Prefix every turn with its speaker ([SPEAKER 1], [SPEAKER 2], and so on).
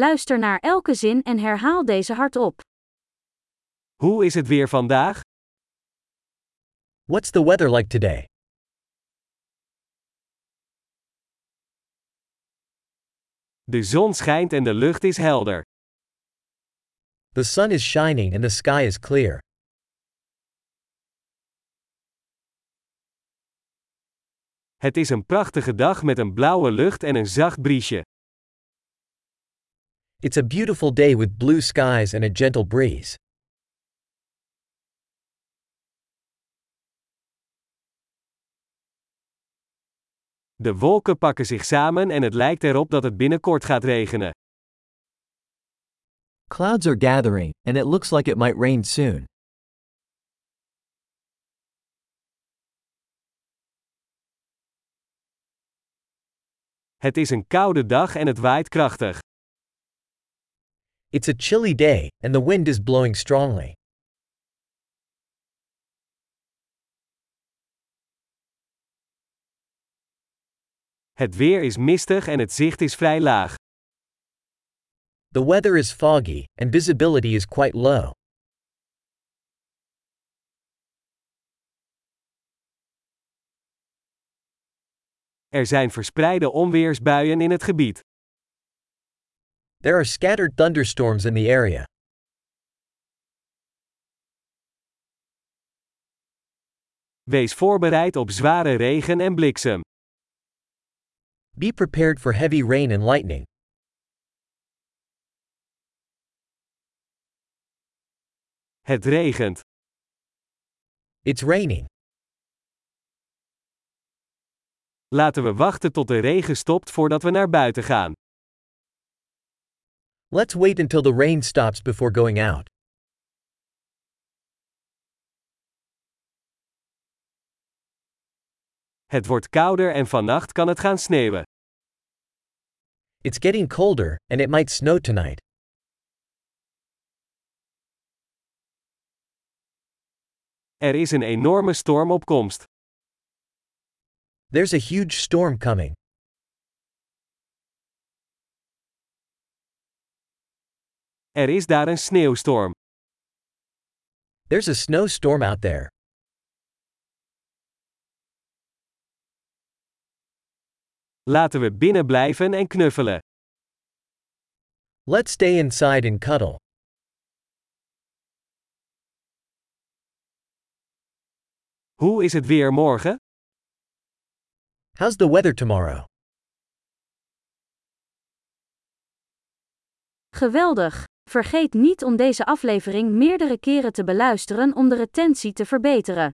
[SPEAKER 1] Luister naar elke zin en herhaal deze hardop.
[SPEAKER 2] Hoe is het weer vandaag?
[SPEAKER 3] What's the weather like today?
[SPEAKER 2] De zon schijnt en de lucht is helder.
[SPEAKER 3] The sun is shining and the sky is clear.
[SPEAKER 2] Het is een prachtige dag met een blauwe lucht en een zacht briesje.
[SPEAKER 3] It's a beautiful day with blue skies and a gentle breeze.
[SPEAKER 2] De wolken pakken zich samen en het lijkt erop dat het binnenkort gaat regenen.
[SPEAKER 3] Clouds are gathering, and it looks like it might rain soon.
[SPEAKER 2] Het is een koude dag en het waait krachtig.
[SPEAKER 3] It's a chilly day, and the wind is blowing strongly.
[SPEAKER 2] Het weer is mistig en het zicht is vrij laag.
[SPEAKER 3] The weather is foggy, and visibility is quite low.
[SPEAKER 2] Er zijn verspreide onweersbuien in het gebied.
[SPEAKER 3] There are scattered thunderstorms in the area.
[SPEAKER 2] Wees voorbereid op zware regen en bliksem.
[SPEAKER 3] Be prepared for heavy rain and lightning.
[SPEAKER 2] Het regent.
[SPEAKER 3] It's raining.
[SPEAKER 2] Laten we wachten tot de regen stopt voordat we naar buiten gaan.
[SPEAKER 3] Let's wait until the rain stops before going out.
[SPEAKER 2] Het wordt kouder en vannacht kan het gaan sneeuwen.
[SPEAKER 3] It's getting colder, and it might snow tonight.
[SPEAKER 2] Er is een enorme storm op komst.
[SPEAKER 3] There's a huge storm coming.
[SPEAKER 2] Er is daar een sneeuwstorm.
[SPEAKER 3] There's a snowstorm out there.
[SPEAKER 2] Laten we binnen blijven en knuffelen.
[SPEAKER 3] Let's stay inside and cuddle.
[SPEAKER 2] Hoe is het weer morgen?
[SPEAKER 3] How's the weather tomorrow?
[SPEAKER 1] Geweldig! Vergeet niet om deze aflevering meerdere keren te beluisteren om de retentie te verbeteren.